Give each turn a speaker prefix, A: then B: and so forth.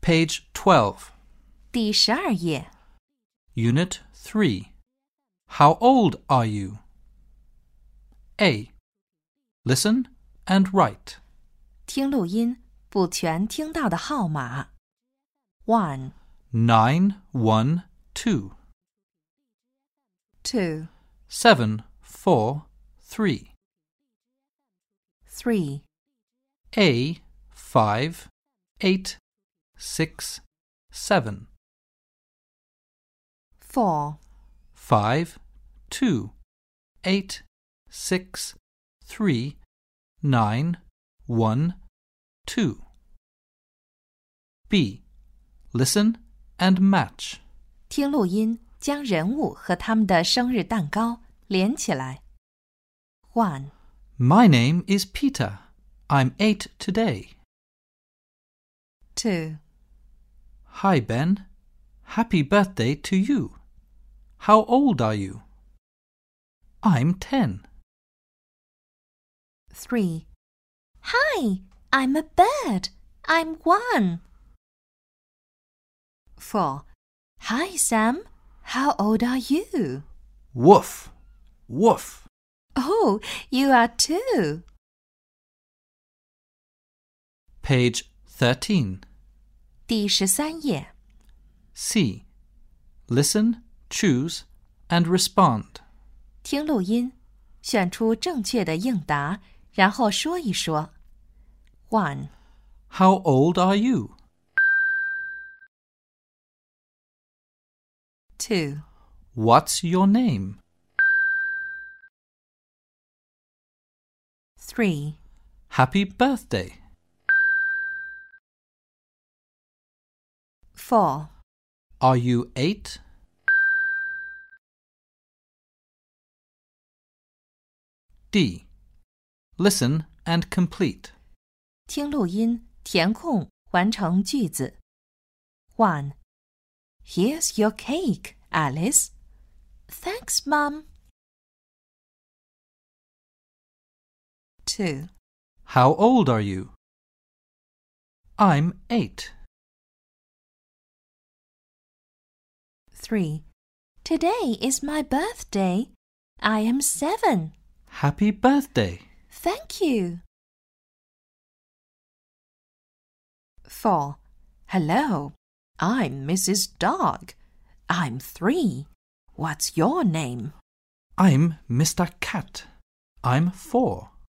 A: Page 12,
B: 第十二页
A: Unit 3. How old are you? A. Listen and write.
B: 听录音，补全听到的号码。One,
A: Nine one two
B: two,
A: seven four three
B: three,
A: A. five eight six seven
B: four,
A: five two eight six three nine one two. B. Listen and match.
B: 听录音，将人物和他们的生日蛋糕连起来。One,
A: My name is Peter. I'm eight today.
B: two,
A: Hi, Ben. Happy birthday to you. How old are you? I'm ten.
B: three. Hi, I'm a bird. I'm one. Four. Hi, Sam. How old are you?
A: Woof. Woof.
B: Oh, you are two.
A: Page 13.
B: 第十三页
A: C. Listen, choose, and respond.
B: 听录音，选出正确的应答，然后说一说。One,
A: How old are you?
B: two,
A: What's your name?
B: three,
A: Happy birthday.
B: four,
A: Are you eight? D. Listen and complete.
B: 听录音，填空，完成句子。One. Here's your cake, Alice. Thanks, Mum. Two,
A: How old are you? I'm eight.
B: three. Today is my birthday. I am seven.
A: Happy birthday.
B: Thank you. Four. Hello. I'm Mrs. Dog. I'm three. What's your name?
A: I'm Mr. Cat. I'm four.